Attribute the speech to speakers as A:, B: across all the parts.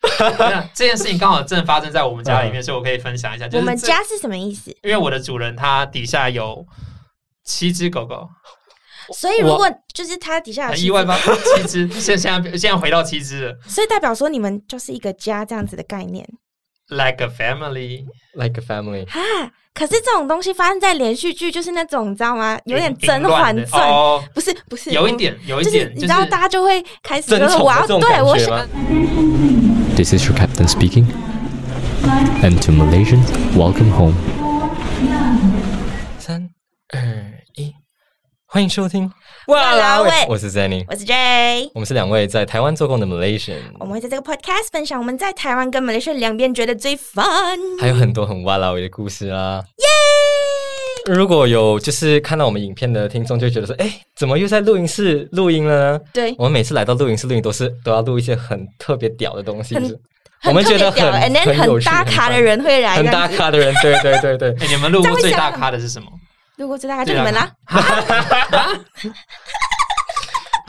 A: 没有这件事情刚好正发生在我们家里面，所以我可以分享一下。就
B: 我
A: 是
B: 们
A: 这，
B: 家是什么意思？
A: 因为我的主人他底下有七只狗狗，
B: 所以如果就是它底下有
A: 很
B: 狮
A: 意
B: 子
A: 外吧？七只，现现在现在回到七只了
B: 所以代表说你们就是一个家这样子的概念
A: ，like a family，
C: ，like a family，
B: 哈。可是这种东西发生在连续剧，就是那种你知道吗？有点《甄嬛
A: 凌
B: 传》
A: 乱的哦，
B: 不是不是，
A: 有一点，有一
B: 就是
A: 点，
B: 你
A: 就
B: 知
A: 是
B: 道，大家就会开始
C: 争
B: 就是
C: 宠
B: 我
C: 的
B: 要
C: 这种
B: 对
C: 感
B: 我
C: 觉
B: 想
C: 吗？
D: This is your captain speaking. And to Malaysians, welcome home.
C: 三二一，欢迎收听
B: 哇啦喂
C: 我是 Zenny，
B: 我是 J。
C: 我们是两位在台湾做工的 Malaysian，
B: 我们会在这个 podcast 分享我们在台湾跟马来西亚两边觉得最 fun。
C: 还有很多很哇啦喂的故事啦。如果有就是看到我们影片的听众，就会觉得说，哎，怎么又在录音室录音了呢？
B: 对，
C: 我们每次来到录音室录音，都是都要录一些很特别屌的东西，
B: 很
C: 就是我
B: 很
C: 们
B: 特
C: 觉
B: 别
C: 得
B: 屌，and
C: 很
B: then
C: 有
B: 很
C: 趣
B: 大咖的，
C: 很
B: 人会
C: fun
B: 来，
C: 很大。咖的人，对对对对。
A: 哎你们录
B: 这样
A: 过
B: 会
A: 最
B: 想
A: 大
B: 很
A: 咖的是什么？
B: 如果最大咖
A: 最
B: 就你
A: 大
B: 们啦，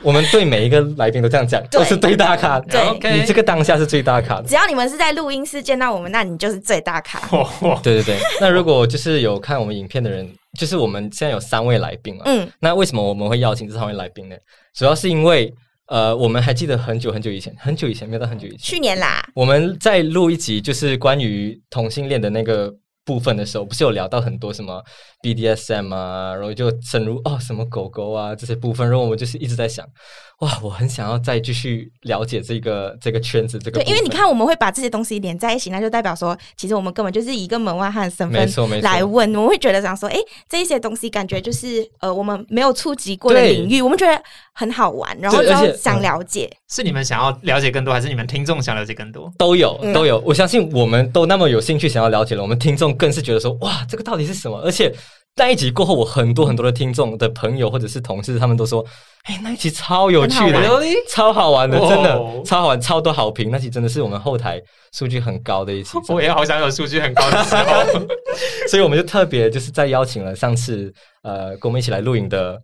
C: 我们对每一个来宾都这 样讲，都是最大咖。
B: 对
A: OK
C: 你这个当下是最大咖的。
B: 只要你们是在录音室见到我们，那你就是最大咖。
A: 嚯嚯，
C: 对对 对。那如果就是有看我们影片的人，就是我们现在有三位来宾了。
B: 嗯，
C: 那为什么我们会邀请这三位来宾呢？主要是因为呃，我们还记得很久很久以前，很久以前没有到很久以前，
B: 去年啦，
C: 我们在录一集就是关于同性恋的那个。部分的时候，不是有聊到很多什么 BDSM 啊，然后就深入哦什么狗狗啊这些部分，然后我们就是一直在想，哇，我很想要再继续了解这个这个圈子这个
B: 对，
C: 部分。
B: 因为你看，我们会把这些东西连在一起，那就代表说，其实我们根本就是以一个门外汉的身
C: 没错没
B: 份
C: 错
B: 来问，我们会觉得想说，哎，这些东西感觉就是呃，我们没有触及过的
C: 对
B: 领域，我们觉得很好玩，然后
C: 对而且
B: 就想了解。
A: 是你们想要了解更多，还是你们听众想了解更多？
C: 都有
B: 嗯
C: 都有，我相信我们都那么有兴趣想要了解了，我们听众更是觉得说，哇，这个到底是什么？而且那一集过后，我很多很多的听众的朋友或者是同事，他们都说，哎、那一集超有趣
B: 很
C: 的
B: 好，
C: 超好玩的，真的、
A: 哦
C: 超好玩，超多好评。那集真的是我们后台数据很高的一集，
A: 我也好想有数据很高的时 候。
C: 所以我们就特别就是再邀请了上次呃跟我们一起来录影的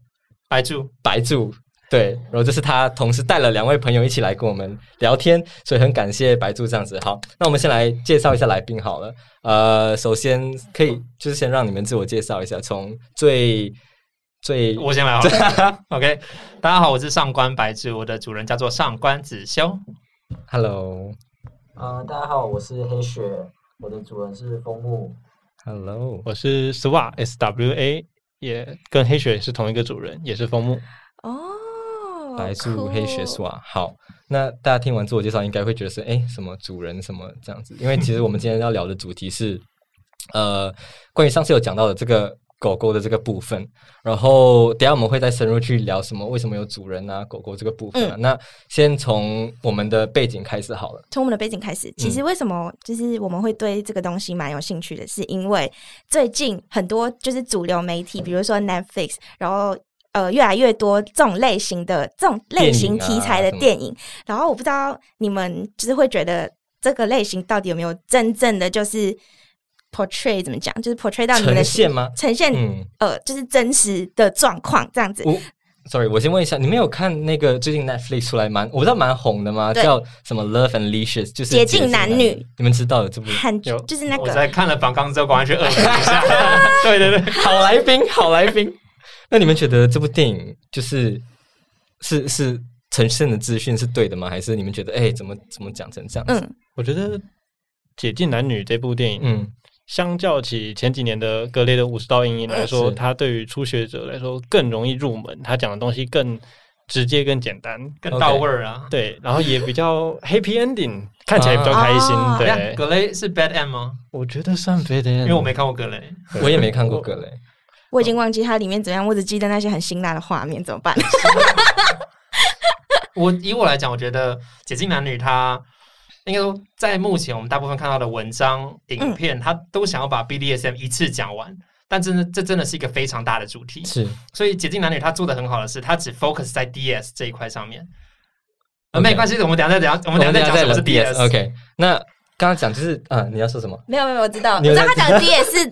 A: 白住，
C: 白柱。对，然后这是他同时带了两位朋友一起来跟我们聊天，所以很感谢白柱这样子。好，那我们先来介绍一下来宾好了。呃，首先可以就是先让你们自我介绍一下，从最最
A: 我先来好 了。OK，大家好，我是上官白志，我的主人叫做上官子修。
C: Hello
E: 啊、大家好，我是黑雪，我的主人是枫木。
C: Hello，
F: 我是 SWA S W A，也跟黑雪是同一个主人，也是枫木。
B: 哦，
C: 嗯白柱
B: 酷
C: 黑雪是吧？好，那大家听完自我介绍应该会觉得是哎什么主人什么这样子，因为其实我们今天要聊的主题是呃，关于上次有讲到的这个狗狗的这个部分，然后等一下我们会再深入去聊什么为什么有主人啊，狗狗这个部分、啊。
B: 嗯
C: 那先从我们的背景开始好了。
B: 从我们的背景开始，其
C: 嗯
B: 实为什么就是我们会对这个东西蛮有兴趣的，是因为最近很多就是主流媒体，比如说 Netflix，然后呃越来越多这种类型的这种类型
C: 啊
B: 题材的电影，然后我不知道你们就是会觉得这个类型到底有没有真正的就是 portray 怎么讲，就是 portray 到你们的
C: 呈现吗
B: 呈现、
C: 嗯，
B: 呃就是真实的状况这样子。
C: 我 sorry，我先问一下，你们有看那个最近 Netflix 出来蛮我不知道蛮红的吗？
B: 对
C: 叫什么 Love and Leashes，就是啊
B: 捷径男女，
C: 你们知道有这 部？
B: 很
F: 有
B: 就是那
A: 我
B: 个
A: 在看了反刚之后，赶快去恶补一 下。对对对，
C: 好来宾，好来宾。那你们觉得这部电影就是是是呈现的资讯是对的吗？还是你们觉得哎、怎么怎么讲成这样子？
B: 嗯
F: 我觉得《解禁男女》这部电影，
C: 嗯
F: 相较起前几年的格雷的五十道阴影来说，
C: 是
F: 它对于初学者来说更容易入门，它讲的东西更直接、更简单。
A: 更到味儿啊。
F: 对，然后也比较 happy ending，看起来比较开心。
B: 啊
A: 等一下
F: 对，嗯
A: 格雷是 Bad M 吗？
F: 我觉得算 bad end，
A: 因为我没看过格雷。
C: 我也没看过 格雷。
B: 我已经忘记它里面怎样，我只记得那些很辛辣的画面，怎么 办？
A: 我以我来讲，我觉得《解禁男女》它应该说，在目前我们大部分看到的文章、影片，它都想要把 BDSM 一次讲完，但真的这真的是一个非常大的主题。
C: 是
A: 所以《解禁男女》它做的很好的是，它只 focus 在 DS 这一块上面。呃
C: OK
A: 没关系，我们等一下再聊，我
C: 我
A: 们等一下再讲什么
C: 聊
A: 是 DS。
C: DS。OK，那刚刚讲就是啊，你要说什么？
B: 没有没有，我知道，我
C: 你
B: 知
C: 有
B: 道
C: 在
B: 他讲的 D S 是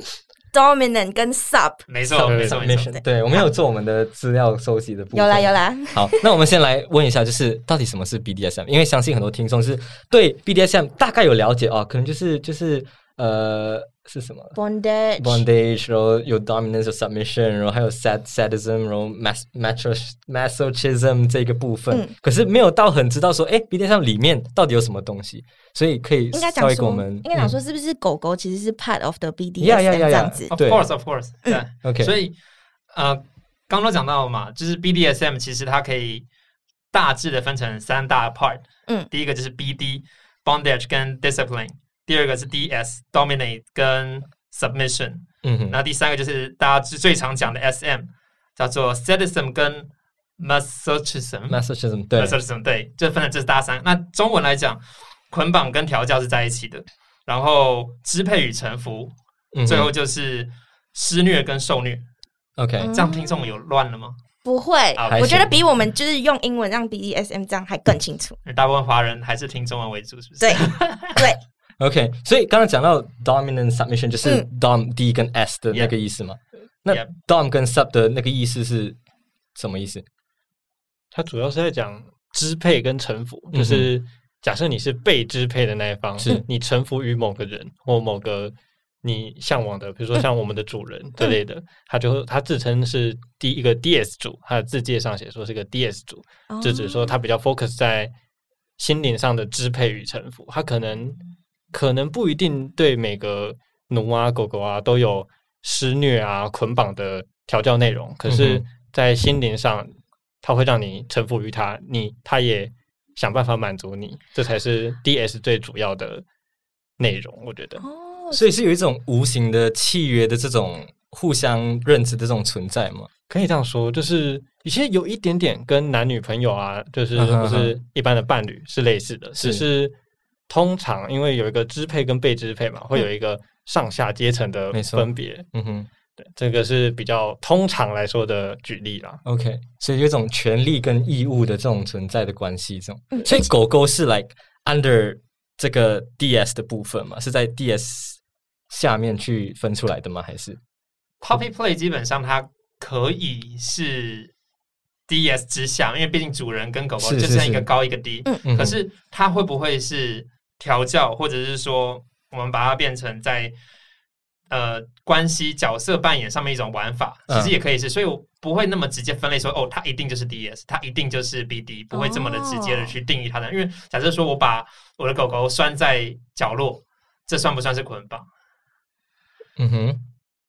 B: dominant 跟 sub。
A: 没错，没错，没错。
C: Submission，对我们有做我们的资料收集的部分。
B: 有啦有。啦，
C: 好，那我们先来问一下，就是到底什么是 BDSM？因为相信很多听众是对 BDSM 大概有了解哦，可能就是就是呃是什么
B: bondage，
C: bondage，然后有 dominance 有 submission，然后还有 sad sadism，然后 mas macho masochism 这个部分，
B: 嗯
C: 可是没有到很知道说，哎，BDSM 里面到底有什么东西，所以可以
B: 应
C: 稍
B: 该讲
C: 微给
B: 说
C: 我们，
B: 应该讲说是不是狗狗其实是 part of the
C: Yeah, yeah,
B: BDSM
C: yeah, 哦 yeah.
B: 这样子？
A: Of
C: 对嗯
A: course, of course，对。
C: OK
A: 所以呃，刚刚讲到嘛，就是 BDSM 其实它可以大致的分成三大 part。
B: 嗯
A: 第一个就是 BD bondage 跟 discipline，第二个是 DS dominate 跟 submission，
C: 嗯哼
A: 那第三个就是大家最最常讲的 SM，叫做 sadism 跟 masochism。
C: ，masochism 对
A: masochism 对，就分成这是大三。那中文来讲，捆绑跟调教是在一起的，然后支配与臣服，
C: 嗯哼
A: 最后就是施虐跟受虐。
C: OK，
B: 嗯
A: 这样听众有乱了吗？
B: 不会
A: 啊，
B: 我觉
C: 还行
B: 得
C: 嗯
B: 比我们就是用英文让 BDSM 这样还更清楚。
A: 大部分华人还是听中文为主，是不是？
B: 对 对，
C: OK，所以刚刚讲到 dominant submission 就是
B: 嗯
C: dom、D 跟 S 的那个意思嘛那
A: Yep
C: dom 跟 sub 的那个意思是什么意思？
F: 它主要是在讲支配跟臣服，
C: 嗯哼
F: 就是假设你是被支配的那一方，
C: 是
F: 你臣服于某个人或某个你向往的，比如说像我们的主人之类的，他就他自称是第一个 DS 主，他的字界上写说是个 DS 主，
C: 哦
F: 就只是说他比较 focus 在心灵上的支配与臣服，他可能可能不一定对每个奴啊、狗狗啊都有施虐啊、捆绑的调教内容，可
C: 嗯
F: 是
C: 哼，
F: 在心灵上，他会让你臣服于他，你他也想办法满足你，这才是 DS 最主要的内容，我觉得。
B: 哦，
C: 所以是有一种无形的契约的这种互相认知的这种存在嘛？
F: 可以这样说，就是其实有一点点跟男女朋友啊，就是
C: 嗯哼
F: 或是一般的伴侣是类似的，
C: 是
F: 只是通常因为有一个支配跟被支配嘛，会有一个上下阶层的
C: 嗯没错
F: 分别。
C: 嗯哼
F: 对，这个是比较通常来说的举例啦。
C: ，OK，所以有一种权利跟义务的这种存在的关系，这种。所以狗狗是 like under 这个 DS 的部分嘛？是在 DS 下面去分出来的吗？还是
A: Puppy Play 基本上它可以是 DS 之下，因为毕竟主人跟狗狗
C: 是
A: 就是像一个
C: 是
A: 高一个低。
B: 嗯
C: 嗯哼
A: 可是它会不会是调教，或者是说我们把它变成在呃关系角色扮演上面一种玩法？
C: 嗯
A: 其实也可以是，所以我不会那么直接分类说哦，它一定就是 DS，它一定就是 BD，不会这么的直接的去定义它的。因为假设说我把我的狗狗拴在角落，这算不算是捆绑？
C: 嗯哼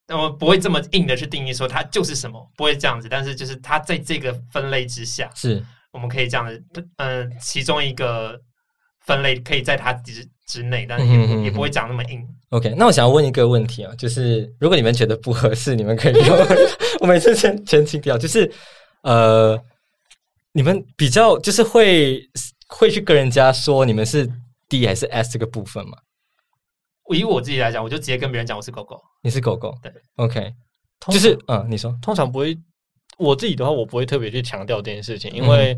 A: 那我不会这么硬的去定义说它就是什么，不会这样子。但是就是它在这个分类之下，
C: 是
A: 我们可以这样的，嗯、其中一个分类可以在它之之内，但是也不、
C: 嗯嗯嗯
A: 也不会讲那么硬。
C: OK，那我想要问一个问题啊，就是如果你们觉得不合适，你们可以给我我 每次前前情调，就是呃，你们比较就是会会去跟人家说你们是 D 还是 S 这个部分嘛？
A: 以我自己来讲，我就直接跟别人讲我是狗狗，
C: 你是狗狗，
A: 对
C: ，OK，
F: 通
C: 就是嗯，你说，
F: 通常不会，我自己的话，我不会特别去强调这件事情，因为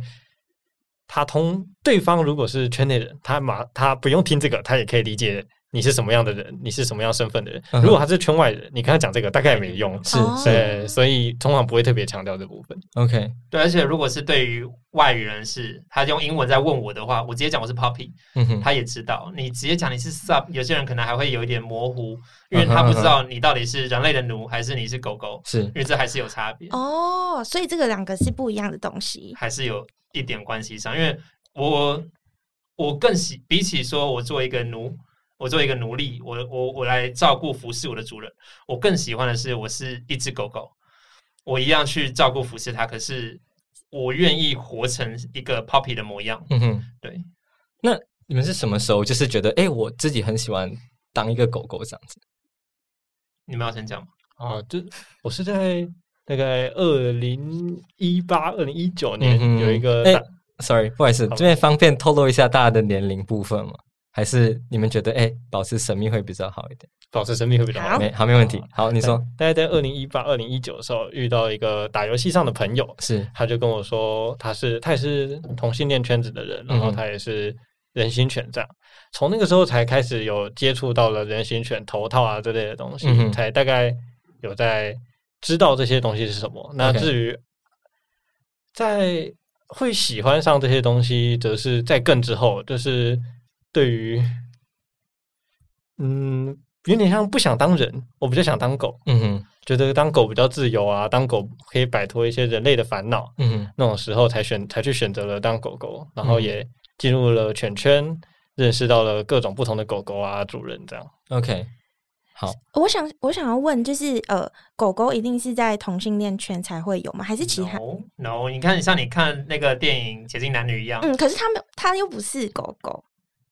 F: 他通对方如果是圈内人，他马他不用听这个，他也可以理解你是什么样的人，你是什么样身份的人。
C: 嗯哼
F: 如果他是圈外人，你跟他讲这个大概也没用。
C: 是
B: 哦
C: 是
F: 对，所以通常不会特别强调这部分。
C: OK，
A: 对。而且如果是对于外语人士，他用英文在问我的话，我直接讲我是 puppy，
C: 嗯哼，
A: 他也知道。你直接讲你是 sub，有些人可能还会有一点模糊，因为
C: 嗯哼
A: 他不知
C: 嗯哼
A: 道你到底是人类的奴还是你是狗狗，
C: 是
A: 因为这还是有差别。
B: 哦，所以这个两个是不一样的东西。
A: 还是有一点关系上，因为我我更喜比起说我做一个奴，我做一个奴隶，我我我来照顾服侍我的主人，我更喜欢的是我是一只狗狗，我一样去照顾服侍它，可是我愿意活成一个 puppy 的模样。
C: 嗯哼，
A: 对，
C: 那你们是什么时候就是觉得哎，诶我自己很喜欢当一个狗狗这样子？
A: 你们要先讲吗？
F: 啊，就我是在大概二零一八、二零一九
C: 嗯哼
F: 年有一个
C: 哎
F: 大
C: Sorry，不好意思，
F: 好
C: 这边方便透露一下大家的年龄部分吗？还是你们觉得哎、保持神秘会比较好一点？
F: 保持神秘会比较
B: 好
C: 没，好，没问题。好，你说
F: 大概在二零一八、二零一九的时候遇到一个打游戏上的朋友，
C: 是
F: 他就跟我说，他是他也是同性恋圈子的人，然后
C: 嗯
F: 他也是人形犬这样。从那个时候才开始有接触到了人形犬头套啊之类的东西，
C: 嗯哼
F: 才大概有在知道这些东西是什么。那
C: OK
F: 至于在会喜欢上这些东西，则是在更之后，就是对于嗯，有点像不想当人，我比较想当狗，
C: 嗯哼，
F: 觉得当狗比较自由啊，当狗可以摆脱一些人类的烦恼。
C: 嗯哼，
F: 那种时候才选才去选择了当狗狗，然
B: 嗯
F: 后也进入了犬圈，认识到了各种不同的狗狗啊主人这样。
C: OK，
B: 我想我想要问，就是呃，狗狗一定是在同性恋圈才会有吗？还是其他？
A: no, no，你看，像你看那个电影《铁金男女》一样，
B: 嗯，可是他们他又不是狗狗，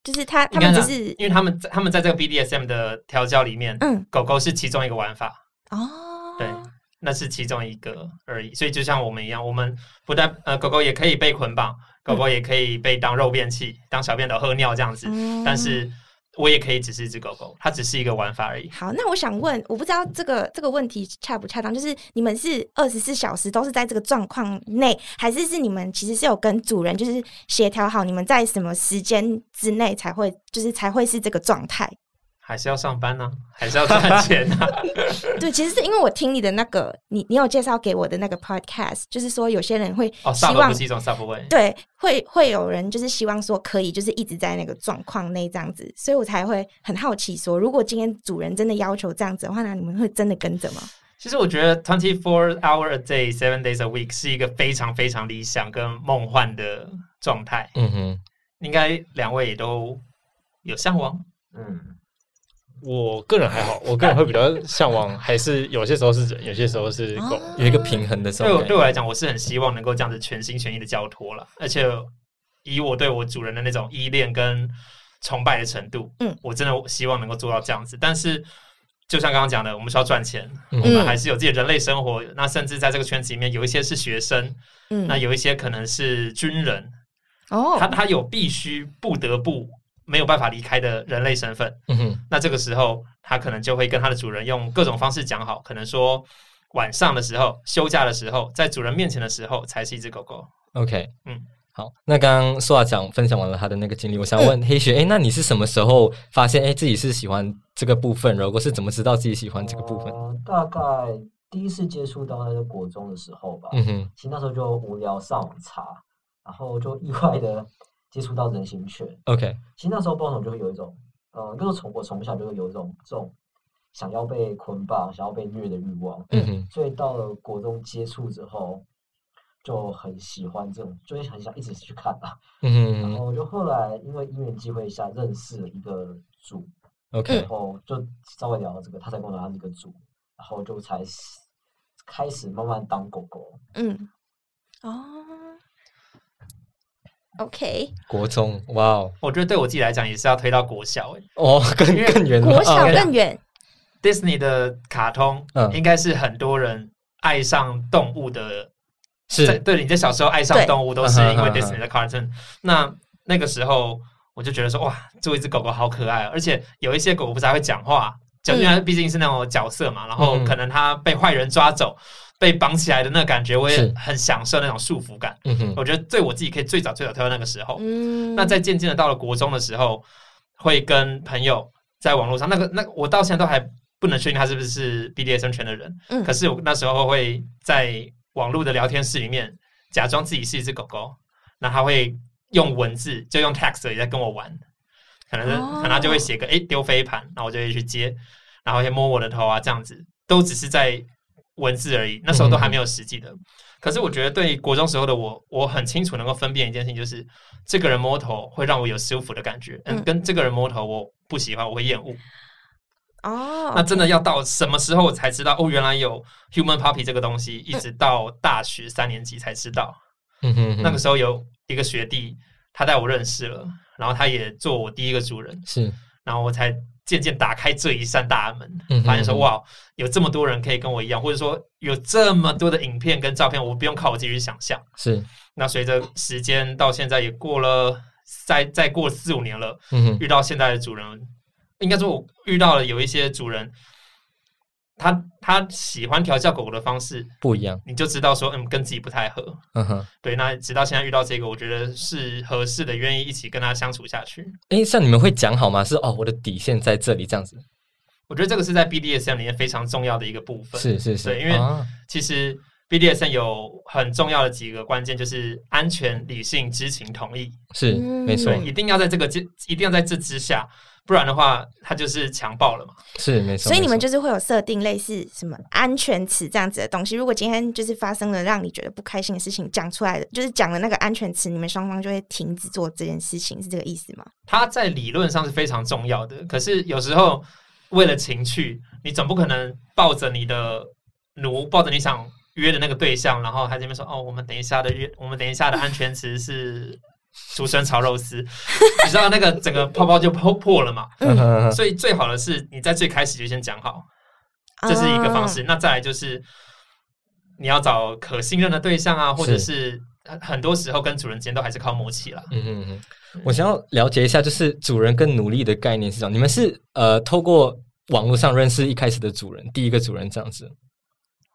B: 就是他他
A: 应该
B: 们只
A: 这样
B: 是
A: 因为他们在他们在这个 BDSM 的调教里面，
B: 嗯
A: 狗狗是其中一个玩法，
B: 哦，
A: 对那是其中一个而已。所以就像我们一样，我们不但呃狗狗也可以被捆绑，狗
B: 嗯
A: 狗也可以被当肉便器、当小便斗喝尿这样子，
B: 嗯
A: 但是我也可以只是一只狗狗，它只是一个玩法而已。
B: 好，那我想问，我不知道这个这个问题恰不恰当，就是你们是二十四小时都是在这个状况内，还是是你们其实是有跟主人就是协调好，你们在什么时间之内才会就是才会是这个状态？
A: 还是要上班呢、啊还是要赚钱啊呢、
B: 对，其实是因为我听你的那个，你你有介绍给我的那个 podcast，就是说有些人会
A: 哦，
B: 希
A: 萨博
B: 望、
A: 不是一种 subway，
B: 对，会会有人就是希望说可以就是一直在那个状况内这样子，所以我才会很好奇说，如果今天主人真的要求这样子的话，那你们会真的跟着吗？
A: 其实我觉得 twenty four hour a day, seven days a week 是一个非常非常理想跟梦幻的状态，
C: 嗯哼，
A: 应该两位也都有向往。
E: 嗯，
F: 我个人还 好，我个人会比较向往，还是有些时候是人，有些时候是狗。
B: 啊
C: 有一个平衡的时
A: 对
C: 候
A: 我，对我来讲，我是很希望能够这样子全心全意的交托了，而且以我对我主人的那种依恋跟崇拜的程度，
B: 嗯，
A: 我真的希望能够做到这样子。但是就像刚刚讲的，我们需要赚钱，
C: 嗯
A: 我们还是有自己的人类生活。那甚至在这个圈子里面，有一些是学生，
B: 嗯，
A: 那有一些可能是军人，
B: 哦，
A: 他他有必须不得不没有办法离开的人类身份。
C: 嗯哼，
A: 那这个时候，他可能就会跟他的主人用各种方式讲好，可能说晚上的时候、休假的时候，在主人面前的时候才是一只狗狗。
C: OK，嗯
A: 嗯，
C: 好。那刚刚苏亚讲分享完了他的那个经历，我想问黑雪，哎、那你是什么时候发现哎自己是喜欢这个部分？如果是怎么知道自己喜欢这个部分？
E: 呃大概第一次接触到那个国中的时候吧，
C: 嗯哼，
E: 其实那时候就无聊上网查，然后就意外的接触到人形犬。
C: ，OK，
E: 其实那时候不知道为什么就会有一种，呃，就是从我从小就会有一种这种想要被捆绑、想要被虐的欲望，
C: 嗯哼，
E: 所以到了国中接触之后，就很喜欢这种，就会很想一直去看啊。
C: 嗯
E: 然
C: 哼
E: 后就后来因为因缘际会下认识了一个组，
C: ，OK，
B: 嗯
E: 然后就稍微聊到这个，他才跟我讲他是个组，然后就才开始慢慢当狗狗。
B: 嗯，哦，OK，
C: 国中，哇哦，
A: 我觉得对我自己来讲，也是要推到国小、欸。
C: 哦， 更
A: 因为
C: 更远了，
B: 国小
C: 啊
B: 更远，
A: Disney 的卡通
C: 嗯
A: 应该是很多人爱上动物的，在
C: 是
A: 对你在小时候爱上
B: 对
A: 动物都是因为
C: 嗯哼嗯哼
A: Disney 的 cartoon。那那个时候我就觉得说，哇，做一只狗狗好可爱、哦，而且有一些狗狗不是还会讲话，就因
B: 嗯
A: 为它毕竟是那种角色嘛，然后
C: 嗯
A: 可能它被坏人抓走。被绑起来的那个感觉，我也
C: 是
A: 很享受那种束缚感。
C: 嗯哼，
A: 我觉得对我自己可以最早最早推到那个时候。
B: 嗯，
A: 那在渐渐的到了国中的时候，会跟朋友在网络上，那个那我到现在都还不能确定他是不是 BDSM 圈的人，
B: 嗯
A: 可是我那时候会在网络的聊天室里面假装自己是一只狗狗，那他会用文字，就用 text 也在跟我玩，可能是、
B: 哦
A: 可能他就会写个诶丢飞盘，然后我就会去接，然后会摸我的头啊这样子，都只是在文字而已，那时候都还没有实际的。可是我觉得对国中时候的我，我很清楚能够分辨一件事情，就是这个人摸头会让我有舒服的感觉，嗯
B: 嗯，
A: 跟这个人摸头我不喜欢，我会厌恶。
B: 哦，
A: 那真的要到什么时候我才知道哦，原来有 human puppy 这个东西，一直到大学三年级才知道。
C: 嗯哼，
A: 那个时候有一个学弟，他带我认识了，然后他也做我第一个主人，
C: 是，
A: 然后我才渐渐打开这一扇大门
C: 嗯哼，
A: 发现说
C: 嗯哼
A: 哇，有这么多人可以跟我一样，或者说有这么多的影片跟照片，我不用靠我自己去想象。
C: 是，
A: 那随着时间到现在也过了再再过四五年了，
C: 嗯哼，
A: 遇到现在的主人，应该说我遇到了有一些主人，他他喜欢调教狗狗的方式，
C: 不一样，
A: 你就知道说嗯跟自己不太合。
C: 嗯哼。
A: 对，那直到现在遇到这个，我觉得是合适的，愿意一起跟他相处下去。
C: 哎，像你们会讲好吗？是哦，我的底线在这里这样子。
A: 我觉得这个是在 BDSM 里面非常重要的一个部分。
C: 是是是，
A: 对因为
C: 啊
A: 其实 BDSM 有很重要的几个关键，就是安全、理性、知情、同意。
C: 是
B: 嗯
C: 没错
A: 对，，一定要在这个之，一定要在这之下，不然的话，它就是强暴了嘛。
C: 是没错。
B: 所以你们
C: 没错
B: 就是会有设定类似什么安全词这样子的东西。如果今天就是发生了让你觉得不开心的事情，讲出来的就是讲了那个安全词，你们双方就会停止做这件事情，是这个意思吗？
A: 它在理论上是非常重要的，可是有时候为了情趣，你总不可能抱着你的奴，抱着你想约的那个对象，然后他这边说：“哦，我们等一下的约，我们等一下的安全词是竹笋炒肉丝。” 你知道那个整个泡泡就破破了嘛？
C: 嗯哼哼哼
A: 所以最好的是你在最开始就先讲好，这是一个方式。
B: 啊。
A: 那再来就是你要找可信任的对象啊，或者是很很多时候跟主人之间都还是靠默契啦。
C: 嗯哼嗯哼，我想要了解一下，就是主人跟奴隶的概念是这样，你们是呃透过网络上认识一开始的主人，第一个主人这样子，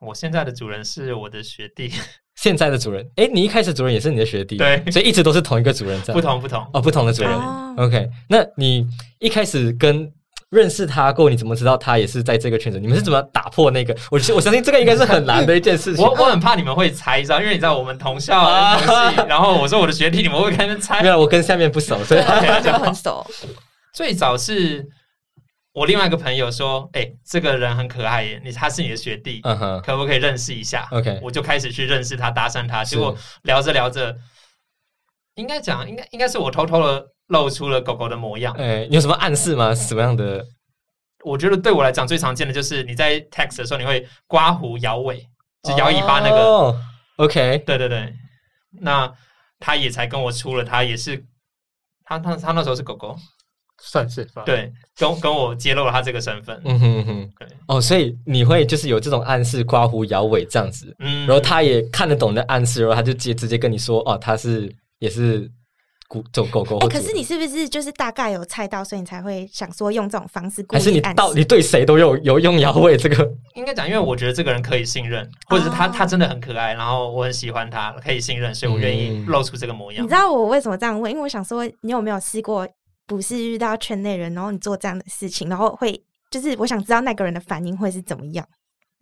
A: 我现在的主人是我的学弟，
C: 现在的主人，哎，你一开始主人也是你的学弟，
A: 对
C: 所以一直都是同一个主人这样，
A: 不同不同。
C: 哦，不同的主人
B: 哦
C: ，OK，那你一开始跟。认识他过，你怎么知道他也是在这个圈子？你们是怎么打破那个？我我相信这个应该是很难的一件事情。啊
A: 我我很怕你们会猜到，因为你知道我们同校啊同系，然后我说我的学弟，你们会跟他猜
C: 没。有，我跟下面不熟，所以
B: 对，大家都很熟，
A: 最早是我另外一个朋友说：“哎、这个人很可爱耶，你他是你的学弟，
C: 嗯哼，
A: 可不可以认识一下
C: OK
A: 我就开始去认识他，搭讪他，
C: 是
A: 结果聊着聊着，应该讲，应该应该是我偷偷的露出了狗狗的模样。
C: 哎，你有什么暗示吗？什么样的？
A: 我觉得对我来讲最常见的就是你在 text 的时候，你会刮胡、摇尾，就摇尾巴那个。
C: 哦，OK，
A: 对对对，那他也才跟我出了，他也是。他他他那时候是狗狗，
F: 算是吧。，
A: 对，跟跟我揭露了他这个身份，
C: 嗯哼嗯哼
A: 对，
C: 哦，所以你会就是有这种暗示，刮胡、摇尾这样子，
A: 嗯，
C: 然后他也看得懂你的暗示，然后他就直接直接跟你说，哦，他是也是狗走狗狗或主
B: 哎、
C: 人。
B: 可是你是不是就是大概有猜到，所以你才会想说用这种方式故
C: 还是
B: 意
C: 你
B: 暗
C: 到
B: 示？
C: 你对谁都有有用摇尾这个，
A: 应该讲，因为我觉得这个人可以信任，或者是他、
B: 哦
A: 他真的很可爱，然后我很喜欢他，可以信任，所以我愿意
C: 嗯
A: 露出这个模样。
B: 你知道我为什么这样问？因为我想说，你有没有试过不是遇到圈内人，然后你做这样的事情，然后会就是我想知道那个人的反应会是怎么样？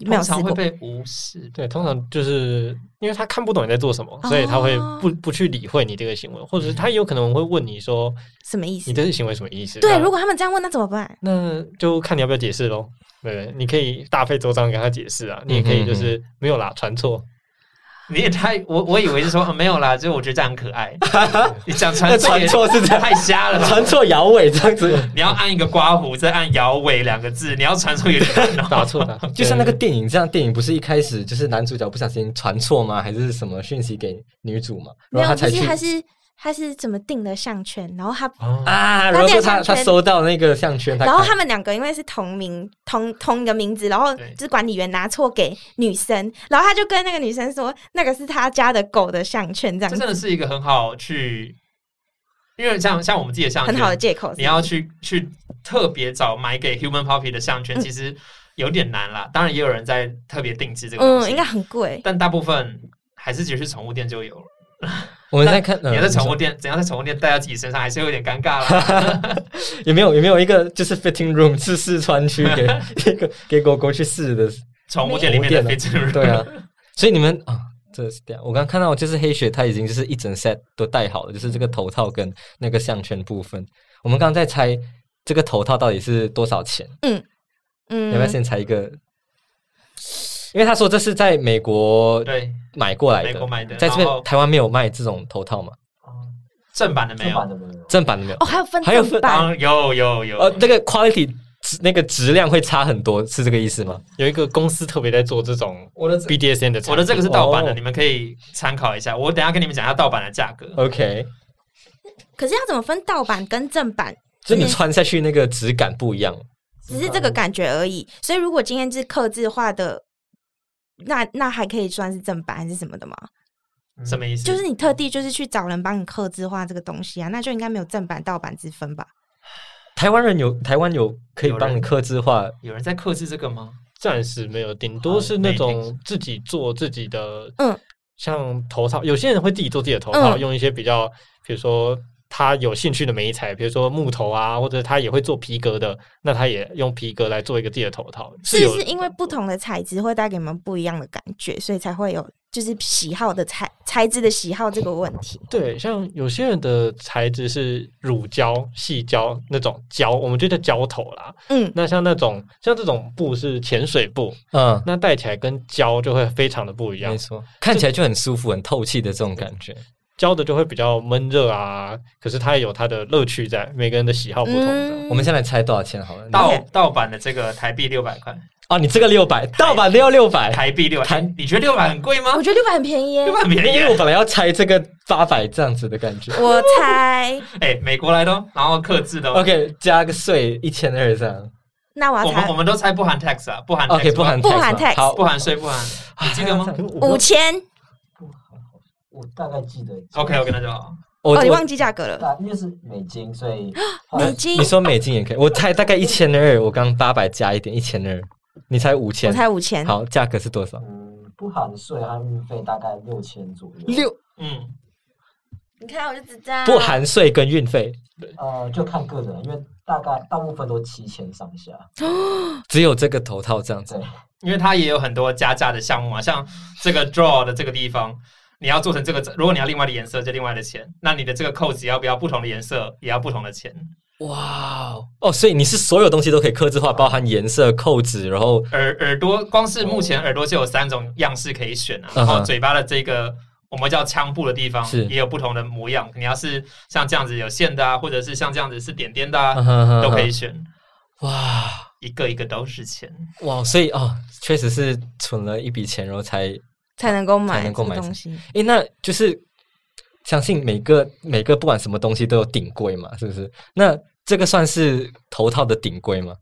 B: 没有
A: 通
B: 试
A: 常会
B: 过，
A: 被无视。
F: 对，通常就是因为他看不懂你在做什么，
B: 啊
F: 所以他会不不去理会你这个行为，或
B: 嗯
F: 者是他有可能会问你说
B: 什么意思
F: 你？这个行为什么意思？
B: 对，
F: 那
B: 如果他们这样问，那怎么办？
F: 那就看你要不要解释喽。对不对，你可以大费周章跟他解释啊，你也
B: 嗯
F: 可以就是没有啦，传错，
A: 你也太我我以为是说、呃没有啦，就是我觉得这样很可 爱。你讲
C: 那
A: 传
C: 传
A: 错
C: 错是这
A: 也
C: 样，
A: 太瞎了吧？
C: 传错摇尾这样子，
A: 你要按一个刮胡，再按摇尾两个字，你要传错有点难
F: 打
A: 哦。
F: 错打错，
C: 就像那个
F: 对
C: 电影这样，电影不是一开始就是男主角不小心传错吗？还是什么讯息给女主嘛？
B: 没
C: 然
B: 有，
C: 后他才
B: 不是
C: 去
B: 他是他是怎么定的项圈，然后他。
C: 啊，
B: 他
C: 然后
B: 那
C: 他
B: 个项圈
C: 他收到那个项圈，
B: 然后
C: 看
B: 他们两个因为是同名同同一个名字，然后
A: 对
B: 就是管理员拿错给女生，然后他就跟那个女生说，那个是他家的狗的项圈，这样
A: 这
B: 子
A: 真的是一个很好去，因为像像我们自己的项圈，
B: 很好的借口。
A: 你要去去特别找买给 Human Puppy 的项圈，
B: 嗯
A: 其实有点难啦。当然也有人在特别定制这个东
B: 嗯，
A: 西，
B: 应该很贵。
A: 但大部分还是只是宠物店就有了。
C: 我们在看，
B: 嗯
C: 呃
A: 你要在
C: 在
A: 宠物店，怎样在宠物店带到自己身上，还是会有点尴尬啦。
C: 有没有有没有一个就是 fitting room 是试穿区给一个给狗狗去试的？
A: 宠物店里面的
C: 宠物
A: 非
C: 店
A: 正人，
C: 对啊， 所以你们啊，这是这样。我刚看到就是黑雪，它已经就是一整 set 都戴好了，就是这个头套跟那个项圈部分。我们刚刚在猜这个头套到底是多少钱，
B: 嗯，
C: 要不要先猜一个？因为他说这是在美国
A: 对，
C: 买过来
A: 美国
C: 的，
A: 买的，
C: 在
A: 然
C: 这边
A: 后
C: 台湾没有卖这种头套嘛，
A: 正版的没
E: 正版
A: 有，
E: 的没有，
C: 正版的没有
B: 哦，。还有分
C: 还有
B: 正
C: 分
B: 版
A: 当有啊有有，
C: 呃，那个 quality 质那个质量会差很多，是这个意思吗？
F: 有一个公司特别在做这种
E: 我的这
F: BDSN 的产品，
A: 我的这个是盗版的，
C: 哦
A: 你们可以参考一下。我等一下跟你们讲一下盗版的价格。
C: OK，
B: 可是要怎么分盗版跟正版？
C: 所以你穿下去那个质感不一样。
B: 只是这个感觉而已。所以如果今天是刻字化的，那那还可以算是正版还是什么的吗？
E: 嗯
A: 什么意思？
B: 就是你特地就是去找人帮你刻字化这个东西啊，那就应该没有正版盗版之分吧？
C: 台湾人有台湾有可以
A: 有人
C: 帮你刻字化，
A: 有人在克制这个吗？
F: 暂时没有，顶多是那种自己做自己的，
B: 嗯，
F: 像头套，有些人会自己做自己的头套，
B: 嗯
F: 用一些比较，比如说他有兴趣的美材，比如说木头啊，或者他也会做皮革的，那他也用皮革来做一个自己的头套。
B: 是
F: 有
B: 不是因为不同的材质会带给你们不一样的感觉，所以才会有就是喜好的材材质的喜好这个问题？
F: 对，像有些人的材质是乳胶、细胶那种胶，我们就叫胶头啦。
B: 嗯，
F: 那像那种像这种布是潜水布，
C: 嗯，
F: 那戴起来跟胶就会非常的不一样
C: 没。错，看起来就很舒服、很透气的这种感觉。
B: 嗯
F: 胶的就会比较闷热啊，可是它也有它的乐趣在，每个人的喜好不同的。
B: 嗯
C: 我们先来猜多少钱好了。
A: 盗
B: OK
A: 盗版的这个台币六百块，
C: 哦，你这个六百，盗版的要六百，
A: 台币六
C: 哎台嗯
A: 百，你觉得六百很贵吗
B: 我？觉得六百很便宜哦耶
A: 六，百很
C: 因
A: 便宜
C: 为
A: 耶，
C: 我本来要猜这个八百这样子的感觉。
B: 我猜，
A: 哎，美国来的哦，然后克制的哦。
C: OK，加个税一千二这样。
B: 那我
A: 我
B: 要
A: 们
B: 猜
A: 我们都猜不含 tax 啊，不含
C: OK，
A: tax
C: 不含啊
B: 不含
C: tax 吗
B: tax
C: 好，
A: 不含税不含，你记 得吗
C: 还要再
B: 五千，
E: 不好，我大概记得。
A: ？OK，我跟他讲，
C: 我
B: 哦，你
C: 我
B: 忘记价格了，
E: 大因为是美金，所以
B: 美金
C: 你，说美金也可以，我猜大概一千二，我刚八百加一点一千二，你猜五
B: 我
C: 千，
B: 猜五千，
C: 好，价格是多少？
E: 嗯，不含税和运费大概六千左右。
A: 嗯，
B: 你看我就知道
C: 不含税跟运费，
E: 呃，就看个人，因为大概大部分都七千上下。
C: 只有这个头套这样子
E: 对。，
A: 因为它也有很多加价的项目啊，像这个 draw 的这个地方。你要做成这个，如果你要另外的颜色，就另外的钱。那你的这个扣子要不要不同的颜色，也要不同的钱。
C: 哇哦哦，所以你是所有东西都可以刻字化，包含颜色、扣子，然后
A: 耳耳朵，光是目前耳朵就有三种样式可以选啊。
C: 嗯
A: 然
C: 哼
A: 后嘴巴的这个我们叫腔部的地方
C: 是
A: 也有不同的模样。你要是像这样子有线的啊，或者是像这样子是点点的
C: 嗯
A: 啊，
C: 哼哼
A: 都可以
C: 哼
A: 选，
C: 哇
A: 一个一个都是钱。
C: 哇，所以哦，确实是存了一笔钱，然后才
B: 才能够买
C: 才
B: 这
C: 能够
B: 个
C: 买
B: 东西。
C: 诶，那就是相信每个每个不管什么东西都有顶柜嘛，是不是？那这个算是头套的顶柜吗？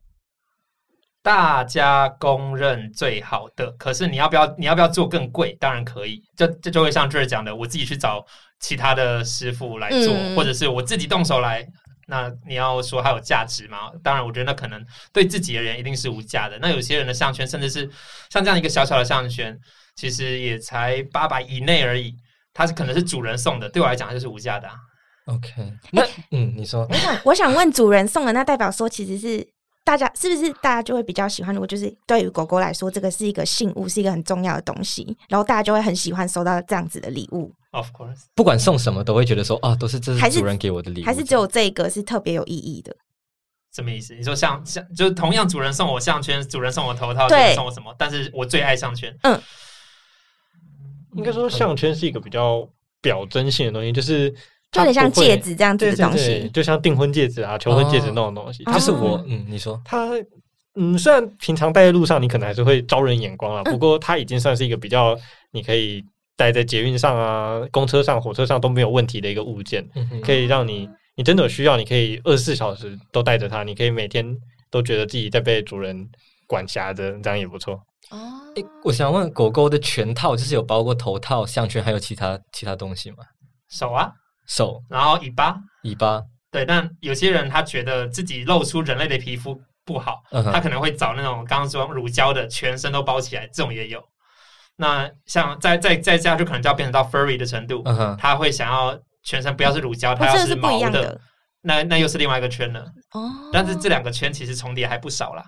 A: 大家公认最好的，可是你要不要？你要不要做更贵？当然可以，这这就会像这儿讲的，我自己去找其他的师傅来做，
B: 嗯
A: 或者是我自己动手来。那你要说它有价值吗？当然，我觉得那可能对自己的人一定是无价的。那有些人的项圈，甚至是像这样一个小小的项圈，其实也才八百以内而已，它是可能是主人送的，对我来讲它就是无价的、啊。
C: OK，那、嗯，你说
B: 我想，我想问主人送的，那代表说其实是大家是不是大家就会比较喜欢？如果就是对于狗狗来说，这个是一个信物，是一个很重要的东西，然后大家就会很喜欢收到这样子的礼物，
A: Of course，
C: 不管送什么都会觉得说啊，都是这
B: 还
C: 是
B: 是
C: 主人给我的礼物，
B: 还是只有这一个是特别有意义的？
A: 什么意思？你说像像就是同样主人送我项圈，主人送我头套，主
B: 对
A: 人送我什么？但是我最爱项圈。
F: 应该说项圈是一个比较表征性的东西，就是
B: 就
F: 它
B: 有点像
F: 不会
B: 戒指这样子
F: 对
B: 的
F: 对
B: 东
F: 对，
B: 西。
F: 就像订婚戒指啊、求婚戒指那种东西。
B: 哦
C: 就是
B: 哦
C: 我嗯，你说
F: 它嗯，虽然平常戴在路上你可能还是会招人眼光啊，
B: 嗯
F: 不过它已经算是一个比较你可以戴在捷运上啊、公车上、火车上都没有问题的一个物件，
C: 嗯哼
F: 可以让你你真的有需要，你可以二十四小时都带着它，你可以每天都觉得自己在被主人管辖着，这样也不错。
B: 哦，
C: 诶我想问狗狗的全套就是有包括头套、项圈，还有其他其他东西吗？
A: 手啊，
C: 手、
A: 然后尾巴。
C: 尾巴，
A: 对，但有些人他觉得自己露出人类的皮肤不好，
C: 嗯
A: 他
C: 哼，
A: 可能会找那种刚刚说乳胶的，全身都包起来，这种也有。那像再再再加，就可能就要变成到 furry 的程度，
C: 嗯哼，
A: 他会想要全身不要是乳胶，
B: 我
A: 他
B: 哦这
A: 要
B: 个是不一
A: 毛
B: 样
A: 的，
B: 的
A: 那那又是另外一个圈了。
B: 哦。
A: 但是这两个圈其实重叠还不少啦。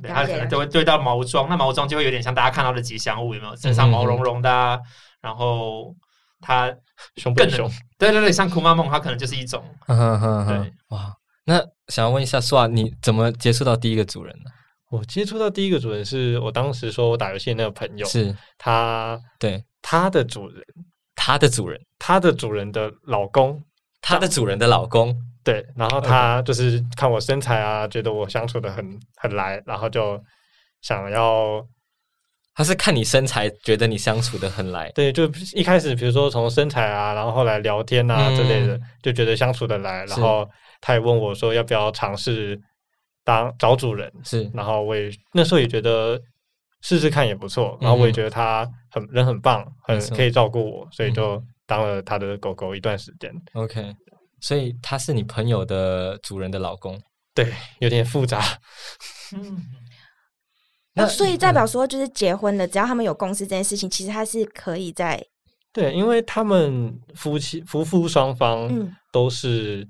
A: 对，
B: 了
A: 它可
B: 解
A: 能
B: 了
A: 就会对到毛装，那毛装就会有点像大家看到的吉祥物，有没有？身
C: 嗯
A: 上毛茸茸的、啊，然后它
F: 凶
A: 更能
F: 不凶？
A: 对对对，像库玛梦，它可能就是一种。
C: 嗯哼哼哼
A: 对，
C: 哇。那想要问一下，苏啊，你怎么接触到第一个主人呢？
F: 我接触到第一个主人是我当时说我打游戏的那个朋友，
C: 是
F: 他
C: 对
F: 他的主人，
C: 它的主人，
F: 他的主人的老公，
C: 它的主人的老公，
F: 对，然后他就是看我身材啊，觉得我相处的很很来，然后就想要
C: 他是看你身材，觉得你相处的很来，
F: 对，就一开始比如说从身材啊，然后后来聊天啊
C: 嗯
F: 之类的，就觉得相处的来，然
C: 是
F: 后他也问我说要不要尝试当找主人，
A: 嗯
C: 是
F: 然后我也那时候也觉得试试看也不错，然后我也觉得他很人很棒，很
C: 嗯没错嗯
F: 可以照顾我，所以就当了他的狗狗一段时间。
C: OK。所以他是你朋友的主人的老公，
F: 对，有点复杂。
A: 嗯，
B: 那所以代表说，就是结婚了，只要他们有共识这件事情，其实它是可以在
F: 对，因为他们夫妻夫妇双方
B: 嗯
F: 都是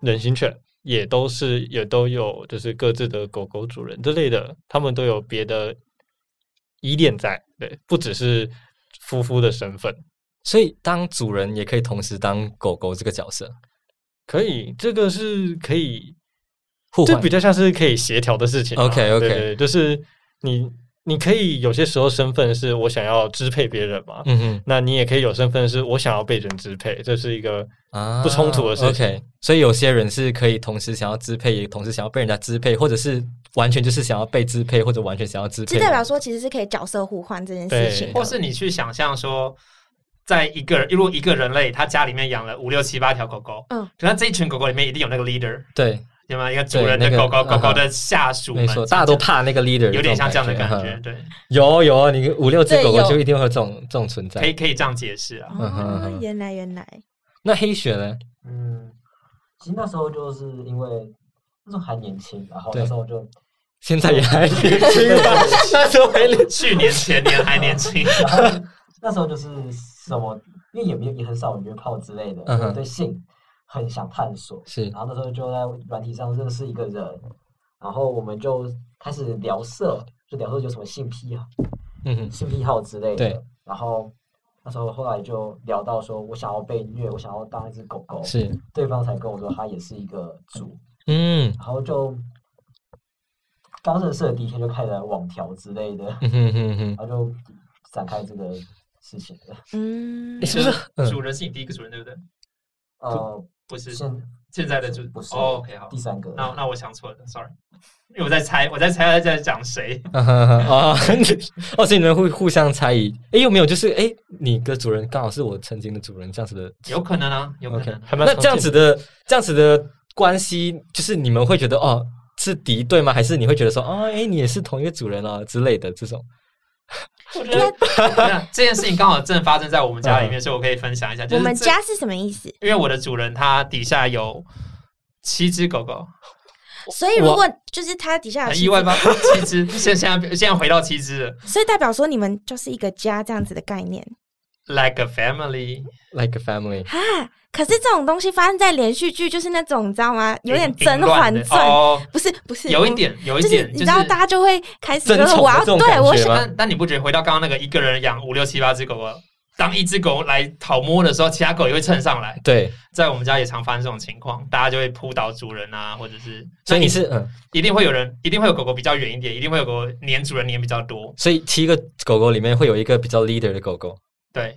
F: 人形犬，也都是也都有就是各自的狗狗主人之类的，他们都有别的依恋在，对，不只是夫妇的身份。
C: 所以当主人也可以同时当狗狗这个角色，
F: 可以，这个是可以，
C: 互
F: 这
C: 换
F: 比较像是可以协调的事情啊。
C: OK，OK
F: 对对就是你你可以有些时候身份是我想要支配别人嘛，
C: 嗯哼
F: 那你也可以有身份是我想要被人支配，这是一个
C: 啊
F: 不冲突的事情。
C: OK，所以有些人是可以同时想要支配，也同时想要被人家支配，或者是完全就是想要被支配，或者完全想要支配
B: 这
C: 的人。
B: 代表说其实是可以角色互换这件事情的，
C: 哦
A: 或是你去想象说，在一个如果一个人类他家里面养了五六七八条狗狗，
B: 嗯，
A: 可能这一群狗狗里面一定有那个 leader，
C: 对，
A: 有吗？一个主人的狗狗，
C: 对那个嗯
A: 狗狗的下属们，
C: 没错，大家都怕那个 leader，
A: 有点像这样的
C: 种
A: 感
C: 感
A: 觉，
C: 嗯
A: 对，
C: 有有，你五六只
B: 对
C: 狗狗
B: 有
C: 就一定会有这种这种存
A: 可以
C: 在。
A: 可以这样解释啊。
C: 嗯哼嗯
B: 哦，
C: 哼
B: 原来原来，
C: 那黑雪呢？
E: 嗯，其实那时候就是因为那时候还年轻，然后
C: 对
E: 那时候就
C: 现在也还年轻吧？那时候还年
A: 去年前年还年轻，
E: 然后那时候就是什么，因为也没有也很少约炮之类的，
C: 嗯哼
E: 我对性很想探索。
C: 是
E: 然后那时候就在软体上认识一个人，然后我们就开始聊色，就聊说有什么性癖好、
C: 嗯哼，
E: 性癖好之类
C: 对
E: 的。然后那时候后来就聊到说我想要被虐，我想要当一只狗狗，
C: 是，
E: 对方才跟我说他也是一个主，
C: 嗯
E: 然后就刚认识的第一天就开始网调之类的，
C: 嗯哼哼哼，
E: 然后就展开这个事情了。
B: 嗯
C: 你， 是不是 嗯
A: 主人是你第一个主人对不对？
E: 呃，
A: 不是，
E: 现
A: 现在的主
E: 不是
A: 哦，OK 好
E: 第，三个，
A: 那那我想错了，sorry，因为我在猜，我在猜他在讲谁。
C: 啊哈哈哦，哦，所以你们会互相猜疑。哎，有没有就是哎，你的主人刚好是我曾经的主人这样子的
A: 有可能啊，有可
C: OK，
A: 能啊。
F: 还蛮
C: 嗯那
F: 常
C: 这样
F: 见
C: 子的这样子的关系，就是你们会觉得哦是敌对吗？还是你会觉得说哦，哎，你也是同一个主人哦之类的这种？
A: 我 觉得那这件事情刚好正发生在我们家里面，所以我可以分享一下。就是
B: 我们
A: 这
B: 家是什么意思？
A: 因为我的主人他底下有七只狗狗，
B: 所以如果就是它底下有
A: 很
B: 妻
A: 意外
B: 子，
A: 吧？七只，现现在现在回到七只了
B: 所以代表说你们就是一个家这样子的概念
A: ，like a family，
C: Like a family，
B: 哈。可是这种东西发生在连续剧，就是那种你知道吗？有点《甄嬛
A: 凌
B: 传》
A: 乱的哦，
B: 不是不是，
A: 有一点，有一
B: 就是
A: 点，
B: 你
A: 就是
B: 知道，大家就会开始就
C: 争
B: 是
C: 宠
B: 我
C: 的
B: 要
C: 这种
B: 对
C: 感
B: 我
C: 觉
B: 想
C: 吗？
A: 但但你不觉得回到刚刚那个一个人养五六七八只狗狗，当一只狗来讨摸的时候，其他狗也会蹭上来，
C: 对，
A: 在我们家也常发生这种情况，大家就会扑倒主人啊，或者是，
C: 所以你是嗯，
A: 一定会有人，一定会有狗狗比较远一点，一定会有狗狗粘主人粘比较多，
C: 所以七个狗狗里面会有一个比较 leader 的狗狗。
A: 对。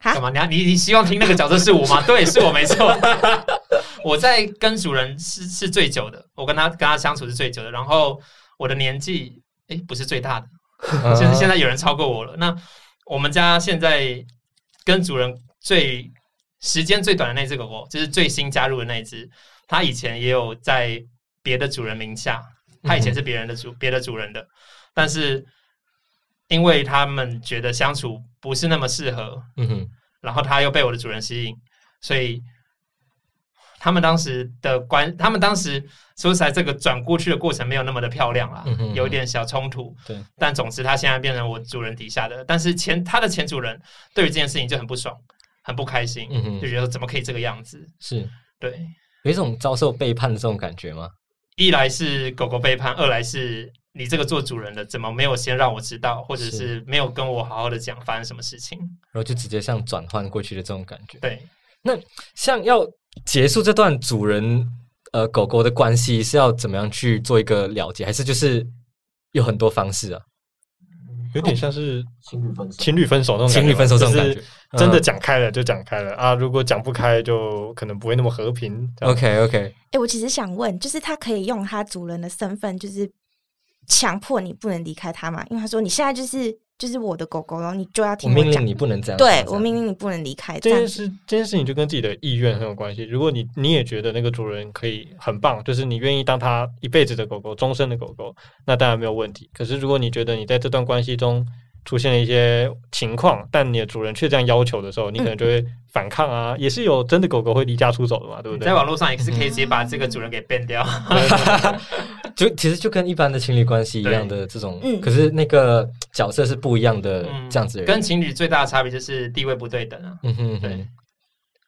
B: 哈
A: 干嘛？你你你希望听那个角色是我 吗？对，是我没错。 我在跟主人是是最久的，我跟他跟他相处是最久的。然后我的年纪，哎，不是最大的，现在现在有人超过我了。那我们家现在跟主人最时间最短的那只狗狗，就是最新加入的那一只，它以前也有在别的主人名下，它以前是别人的主别的主人的，但是因为他们觉得相处不是那么适合，
C: 嗯哼，
A: 然后它又被我的主人吸引，所以他们当时的关，他们当时说实在，这个转过去的过程没有那么的漂亮啦，
C: 嗯哼
A: 有一点小冲突。
C: 对，
A: 但总之，它现在变成我主人底下的，但是前它的前主人对于这件事情就很不爽，很不开心，
C: 嗯哼
A: 就觉得说怎么可以这个样子？
C: 是
A: 对，
C: 有一种遭受背叛的这种感觉吗？
A: 一来是狗狗背叛，二来是。你这个做主人的怎么没有先让我知道，或者
C: 是
A: 是没有跟我好好的讲发生什么事情？
C: 然后就直接像转换过去的这种感觉。
A: 对，
C: 像要结束这段主人呃狗狗的关系是要怎么样去做一个了结，还是就是有很多方式啊？
F: 有点像是
E: 情侣分手，
F: 情侣分手那种感觉吧
C: 情侣分手这种感觉
F: 就是真的
C: 嗯
F: 讲开了就讲开了啊，如果讲不开就可能不会那么和平。这样
C: OK OK，
B: 哎、我其实想问，就是他可以用他主人的身份，就是强迫你不能离开他嘛？因为他说你现在就是就是我的狗狗，然后你就要
C: 我
B: 听
C: 命
B: 讲
C: 令，你不能这样，这
B: 对
C: 样
B: 我命令你不能离开，
F: 这
B: 这样
F: 件
B: 子
F: 事这件事情就跟自己的意愿很有关系。如果你你也觉得那个主人可以很棒，就是你愿意当他一辈子的狗狗、终身的狗狗，那当然没有问题。可是如果你觉得你在这段关系中出现了一些情况，但你的主人却这样要求的时候，你可能就会反抗啊。也是有真的狗狗会离家出走的嘛，对不对
A: 在？网络上也是可以直接把这
C: 嗯
A: 个主人给变掉。
C: 就其实就跟一般的情侣关系一样的这种，
B: 嗯
C: 可是那个角色是不一样的
A: 嗯，
C: 这样子的人。
A: 跟情侣最大的差别就是地位不对等啊。
C: 嗯哼嗯
A: 对
C: 哼，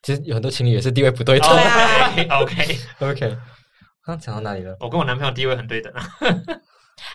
C: 其实有很多情侣也是地位不对等。
B: 啊
A: OK OK，
C: OK，刚刚讲到哪里了？
A: 我跟我男朋友地位很对等啊。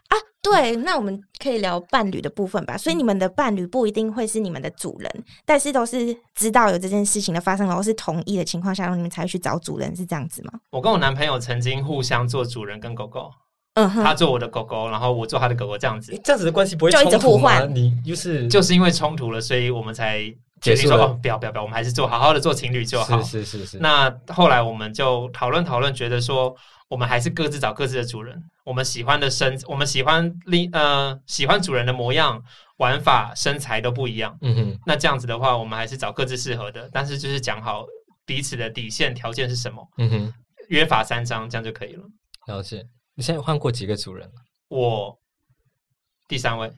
B: 啊，对，那我们可以聊伴侣的部分吧。所以你们的伴侣不一定会是你们的主人，但是都是知道有这件事情的发生，然后是同意的情况下，然后你们才会去找主人，是这样子吗？
A: 我跟我男朋友曾经互相做主人跟狗狗，
B: 嗯哼，
A: 他做我的狗狗，然后我做他的狗狗，这样子
C: 诶这样子的关系不会
B: 就一直
C: 冲突
B: 互
C: 吗？
B: 换
C: 你就是
A: 就是因为冲突了，所以我们才决定
C: 结束
A: 说
C: 了
A: 哦，不要不要不要，我们还是做好好的做情侣就好
C: 是。是是是，
A: 那后来我们就讨论讨论，觉得说我们还是各自找各自的主人，我们喜欢的身，我们喜欢另呃喜欢主人的模样、玩法、身材都不一样。
C: 嗯哼
A: 那这样子的话，我们还是找各自适合的，但是就是讲好彼此的底线条件是什么，
C: 嗯哼，
A: 约法三章这样就可以了。
C: 了解。你现在换过几个主人了？
A: 我第三位，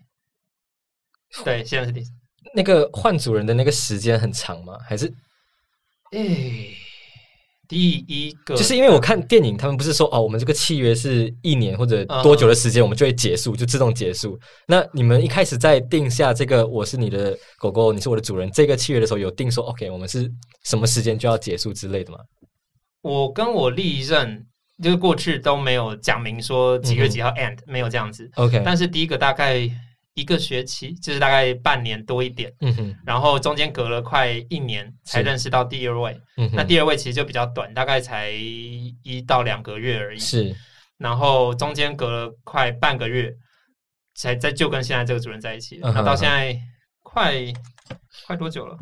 A: 对，现在是第三，
C: 那个换主人的那个时间很长吗？还是
A: 哎，第一个
C: 就是因为我看电影，他们不是说哦，我们这个契约是一年或者
A: 嗯
C: 多久的时间，我们就会结束，就自动结束。那你们一开始在定下这个我是你的狗狗，你是我的主人这个契约的时候，有定说 OK，我们是什么时间就要结束之类的吗？
A: 我跟我历任就是过去都没有讲明说
C: 嗯
A: 几月几号 end，、没有这样子。
C: OK，
A: 但是第一个大概一个学期，就是大概半年多一点，
C: 嗯哼，
A: 然后中间隔了快一年才
C: 是
A: 认识到第二位。
C: 嗯哼，
A: 那第二位其实就比较短，大概才一到两个月而已。
C: 是
A: 然后中间隔了快半个月，才再就跟现在这个主人在一起了。
C: 嗯哼
A: 那到
C: 嗯哼
A: 现在快快多久了？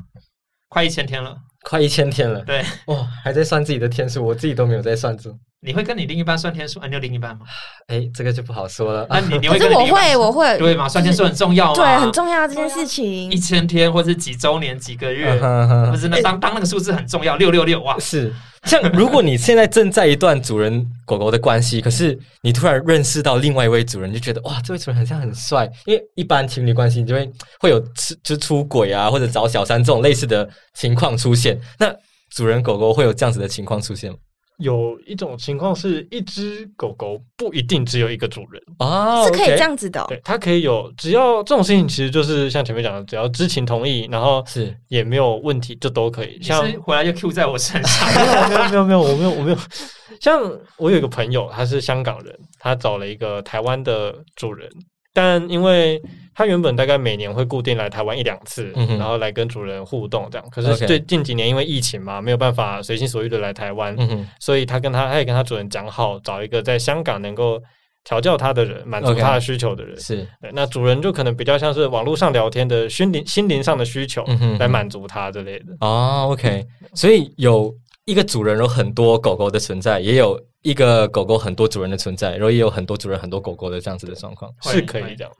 A: 快一千天了。
C: 快一千天了，
A: 对，
C: 哇，还在算自己的天数，我自己都没有在算数。
A: 你会跟你另一半算天数？啊，你有另一半吗？
C: 哎，这个就不好说 了。
A: 那你你
B: 可
A: 会
B: 是
A: 跟你
B: 我
A: 另一半
B: 会，我会，
A: 对嘛？算天数很重
C: 啊
A: 要嘛，
B: 对，很重要这件事情
A: 一。千天或是几周年、几个月，
C: 嗯哼
A: 不是那当当那个数字很重要，六六六哇！
C: 是，像如果你现在正在一段主人狗狗的关系，可是你突然认识到另外一位主人，你就觉得哇，这位主人好像很帅。因为一般情侣关系，你就会会有出就出轨啊，或者找小三这种类似的情况出现。那主人狗狗会有这样子的情况出现吗？
F: 有一种情况是，一只狗狗不一定只有一个主人，
C: 哦，
B: 是可以
C: OK
B: 这，样子的哦、
F: 对，它可以有，只要这种事情其实就是像前面讲的，只要知情同意，然后
C: 是
F: 也没有问题，就都可以。
A: 你
F: 像
A: 是回来就 Q 在我身上，
F: 没有没有没有，我没有我没有。 像我有一个朋友，他是香港人，他找了一个台湾的主人，但因为他原本大概每年会固定来台湾一两次，
C: 嗯哼
F: 然后来跟主人互动这样。可是
C: OK
F: 最近几年因为疫情嘛，没有办法随心所欲的来台湾，
C: 嗯哼，
F: 所以他跟他他也跟他主人讲好，找一个在香港能够调教他的人，满足
C: OK
F: 他的需求的人。
C: 是
F: 对，那主人就可能比较像是网络上聊天的心灵心灵上的需求
C: 嗯哼
F: 来满足他之类的。
C: 哦，OK，所以有一个主人有很多狗狗的存在，也有一个狗狗很多主人的存在，然后也有很多主人很多狗狗的这样子的状况。
F: 是可
A: 会
F: 以这样，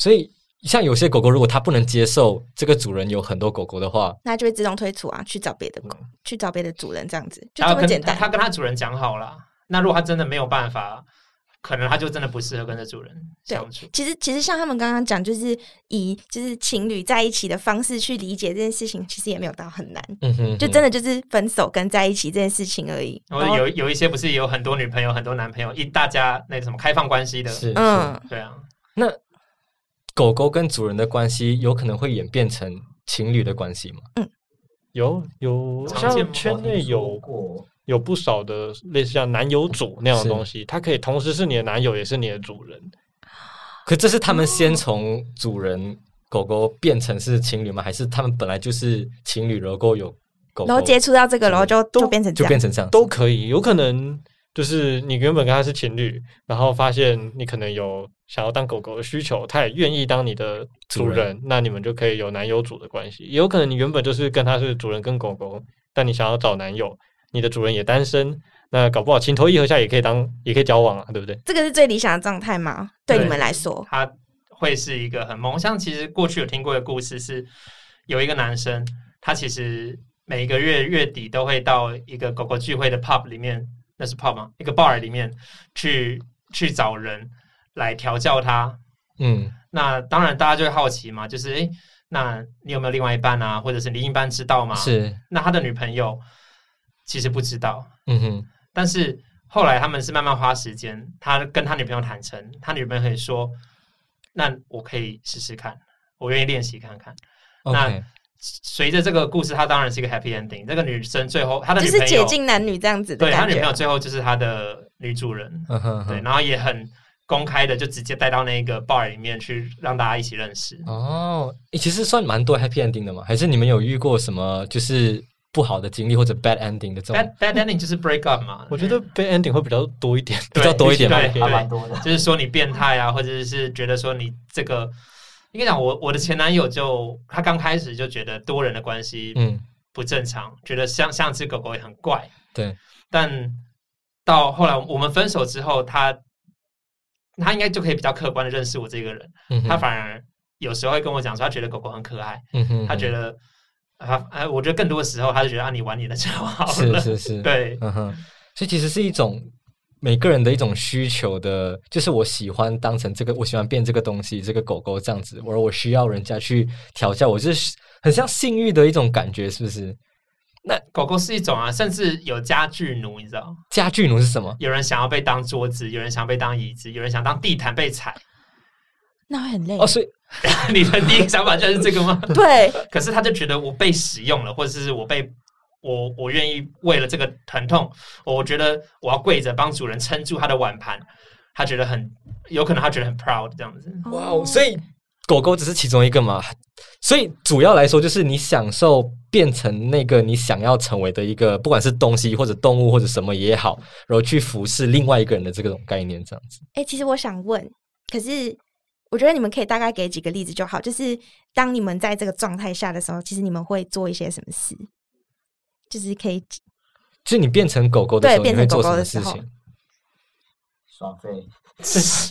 C: 所以，像有些狗狗，如果它不能接受这个主人有很多狗狗的话，
B: 那就会自动推出啊，去找别的狗，去找别的主人，这样子就
A: 他
B: 这
A: 要
B: 么
A: 跟
B: 简单
A: 他。他跟他主人讲好了，那如果他真的没有办法，可能他就真的不适合跟着主人
B: 对
A: 相处。
B: 其实，其实像他们刚刚讲，就是以就是情侣在一起的方式去理解这件事情，其实也没有到很难，
C: 嗯哼
B: 就真的就是分手跟在一起这件事情而已。
A: 然后有有一些不是有很多女朋友、很多男朋友，一大家那个什么开放关系的，
C: 是嗯，
B: 嗯，
A: 对啊，
C: 那狗狗跟主人的关系有可能会演变成情侣的关系吗？
F: 有有
A: 常见吗
F: 像圈内
E: 我
F: 有
E: 听说过，
F: 有不少的类似像男友主那样的
C: 是
F: 东西，它可以同时是你的男友也是你的主人。
C: 可这是他们
B: 哦
C: 先从主人狗狗变成是情侣吗？还是他们本来就是情侣，然后有狗狗，
B: 然后接触到这个，然后就
F: 都
B: 就变成这
C: 就
B: 样
C: 变。成这样子？
F: 都可以，有可能就是你原本跟他是情侣，然后发现你可能有想要当狗狗的需求，他也愿意当你的主
C: 主
F: 人，
C: 人
F: 那你们就可以有男友主的关系。也有可能你原本就是跟他是主人跟狗狗，但你想要找男友，你的主人也单身，那搞不好情投意合下也可以当，也可以交往啊，对不对？
B: 这个是最理想的状态吗？对
A: 对
B: 你们来说，
A: 他会是一个很萌。像其实过去有听过一个故事是，有一个男生，他其实每个月月底都会到一个狗狗聚会的 pub 里面，那是 pub 吗？一个 bar 里面去去找人来调教他。
C: 嗯，
A: 那当然，大家就会好奇嘛，就是诶，那你有没有另外一半啊？或者是你另一半知道
B: 啊
A: 吗？。
C: 是，
A: 那他的女朋友其实不知道，
C: 嗯哼，
A: 但是后来他们是慢慢花时间，他跟他女朋友坦诚，他女朋友也说，那我可以试试看，我愿意练习看看。
C: OK，
A: 随着这个故事，它当然是一个 happy ending。这个女生最后她的
B: 就
A: 女
B: 是
A: 朋
B: 解
A: 友，
B: 禁男女这样子的
A: 对她
B: 感
A: 女朋友
B: 觉。啊
A: 最后就是她的女主人，
C: 嗯哼
A: 对，
C: 哼，
A: 然后也很公开的就直接带到那个 bar 里面去，让大家一起认识。
C: 哦，诶其实算蛮多 happy ending 的嘛，还是你们有遇过什么就是不好的经历或者 bad ending 的这种
A: bad bad ending 就是 break up 嘛，
F: 我觉得 bad ending 会比较多一 点。
A: 对
C: 比较多一点吧
A: 对对
E: 还蛮多的。
A: 就是说你变态啊，或者是觉得说你这个，应该讲我我的前男友就他刚开始就觉得多人的关系
C: 嗯，
A: 不正常，觉得像像只狗狗也很怪，
C: 对，
A: 但到后来我们分手之后，他他应该就可以比较客观的认识我这个人，
C: 嗯哼
A: 他反而有时候会跟我讲说他觉得狗狗很可爱，
C: 嗯哼
A: 他觉得啊哎，我觉得更多时候他就觉得啊你玩你的就好
C: 哼
A: 了，
C: 是是 是，
A: 对，
C: 嗯哼，所以其实是一种每个人的一种需求的，就是我喜欢当成这个，我喜欢变这个东西，这个狗狗这样子，而我需要人家去调教我，就是很像性欲的一种感觉，是不是？
A: 狗狗是一种啊，甚至有家具奴，你知道。
C: 家具奴是什么？
A: 有人想要被当桌子，有人想要被当椅子，有人想当地毯被踩。
B: 那会很累
C: 哦，所以
A: 你的第一个想法就是这个吗？
B: 对，
A: 可是他就觉得我被使用了，或者是我被我我愿意为了这个疼痛，我觉得我要跪着帮主人撑住他的碗盘，他觉得很有可能他觉得很 proud 这样子。
B: 嗯
C: 哇哦，所以狗狗只是其中一个嘛，所以主要来说就是你享受变成那个你想要成为的一个，不管是东西或者动物或者什么也好，然后去服侍另外一个人的这种概念，这样子。
B: 哎、其实我想问，可是我觉得你们可以大概给几个例子就好。就是当你们在这个状态下的时候，其实你们会做一些什么事？就是可以
C: 就是你变成狗狗的
B: 对
C: 时候，你
B: 变
C: 会
B: 成
C: 做
B: 狗
C: 什
B: 狗
C: 么
B: 的时
C: 事
B: 候
C: 情？
E: 耍废，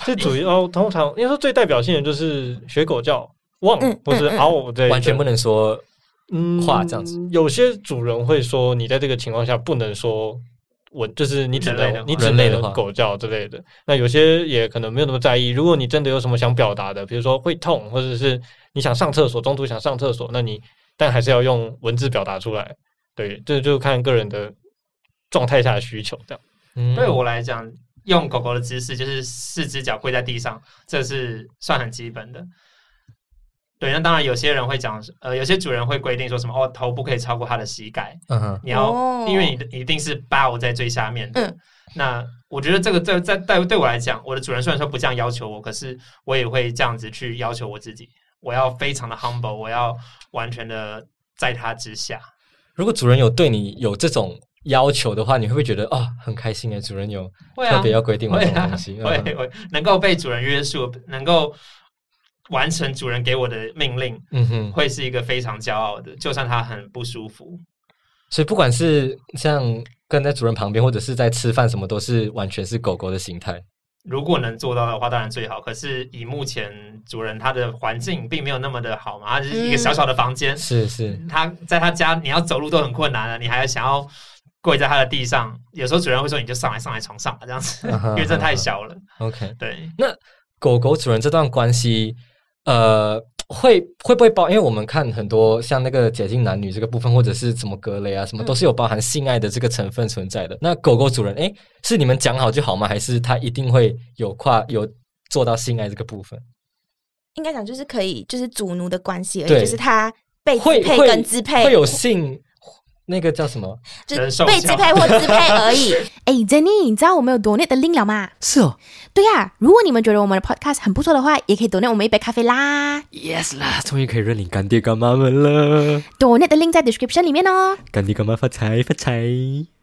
F: 这主要通常应该说最代表性的就是学狗叫。汪
B: 嗯
F: 或是
B: 嗯嗯
F: 嗷这一类的
C: 完全不能说
F: 嗯
C: 话这样子。
F: 有些主人会说，你在这个情况下不能说我，就是你只
A: 人类的
F: 能
A: 话
F: 你只
C: 人类的话
F: 能狗叫之类的。那有些也可能没有那么在意。如果你真的有什么想表达的，比如说会痛，或者是你想上厕所，中途想上厕所，那你但还是要用文字表达出来。对，这就看个人的状态下的需求这样。
C: 嗯
A: 对我来讲，用狗狗的姿势就是四只脚跪在地上，这是算很基本的。对，那当然有些人会讲，呃，有些主人会规定说什么哦，头不可以超过他的膝盖，
C: 嗯哼，
A: 你要，
B: 哦
A: 因为你的你一定是 bow 在最下面的。
B: 嗯
A: 那我觉得这个对在对对我来讲，我的主人虽然说不这样要求我，可是我也会这样子去要求我自己。我要非常的 humble，我要完全的在他之下。
C: 如果主人有对你有这种要求的话，你会不会觉得啊、很开心诶？主人有
A: 会啊，
C: 特别要规定我
A: 会
C: 这种
A: 啊
C: 东西，
A: 会
C: 嗯哼
A: 会能够被主人约束，能够完成主人给我的命令，
C: 嗯哼，
A: 会是一个非常骄傲的。就算他很不舒服，
C: 所以不管是像跟在主人旁边，或者是在吃饭，什么都是完全是狗狗的形态。
A: 如果能做到的话，当然最好。可是以目前主人他的环境并没有那么的
C: 嗯
A: 好嘛，他只是一个小小的房间，
C: 是是，
B: 嗯
A: 他在他家你要走路都很困难了，啊你还想要跪在他的地上，有时候主人会说你就上来上来床上吧这样子，
C: 嗯哼
A: 因为这太小了。
C: OK。
A: 对，
C: 狗狗主人这段关系，呃，会会不会包？因为我们看很多像那个解禁男女这个部分，或者是什么格雷啊，什么都是有包含性爱的这个成分存在
G: 嗯
C: 的。那狗狗主人，诶，是你们讲好就好吗？还是他一定会有跨有做到性爱这个部分？
B: 应该讲就是可以，就是主奴的关系而
C: 对
B: 已，就是他被支
C: 会
B: 配
C: 会
B: 跟支配，
C: 会有性那个叫什么？
A: 人
B: 就是
A: 兽
B: 被
A: 交
B: 支配或支配 而已。
H: 哎，Jenny，你知道我们有 donate 的 link 了吗？
G: 是哦
H: 对呀、
B: 啊
H: 如果你们觉得我们的 podcast 很不错的话，也可以 donate 我们一杯咖啡啦。
G: ，yes 啦，终于可以认领干爹干妈们了，
H: donate 的 link 在 description 里面哦。
G: 干爹干妈发财发财。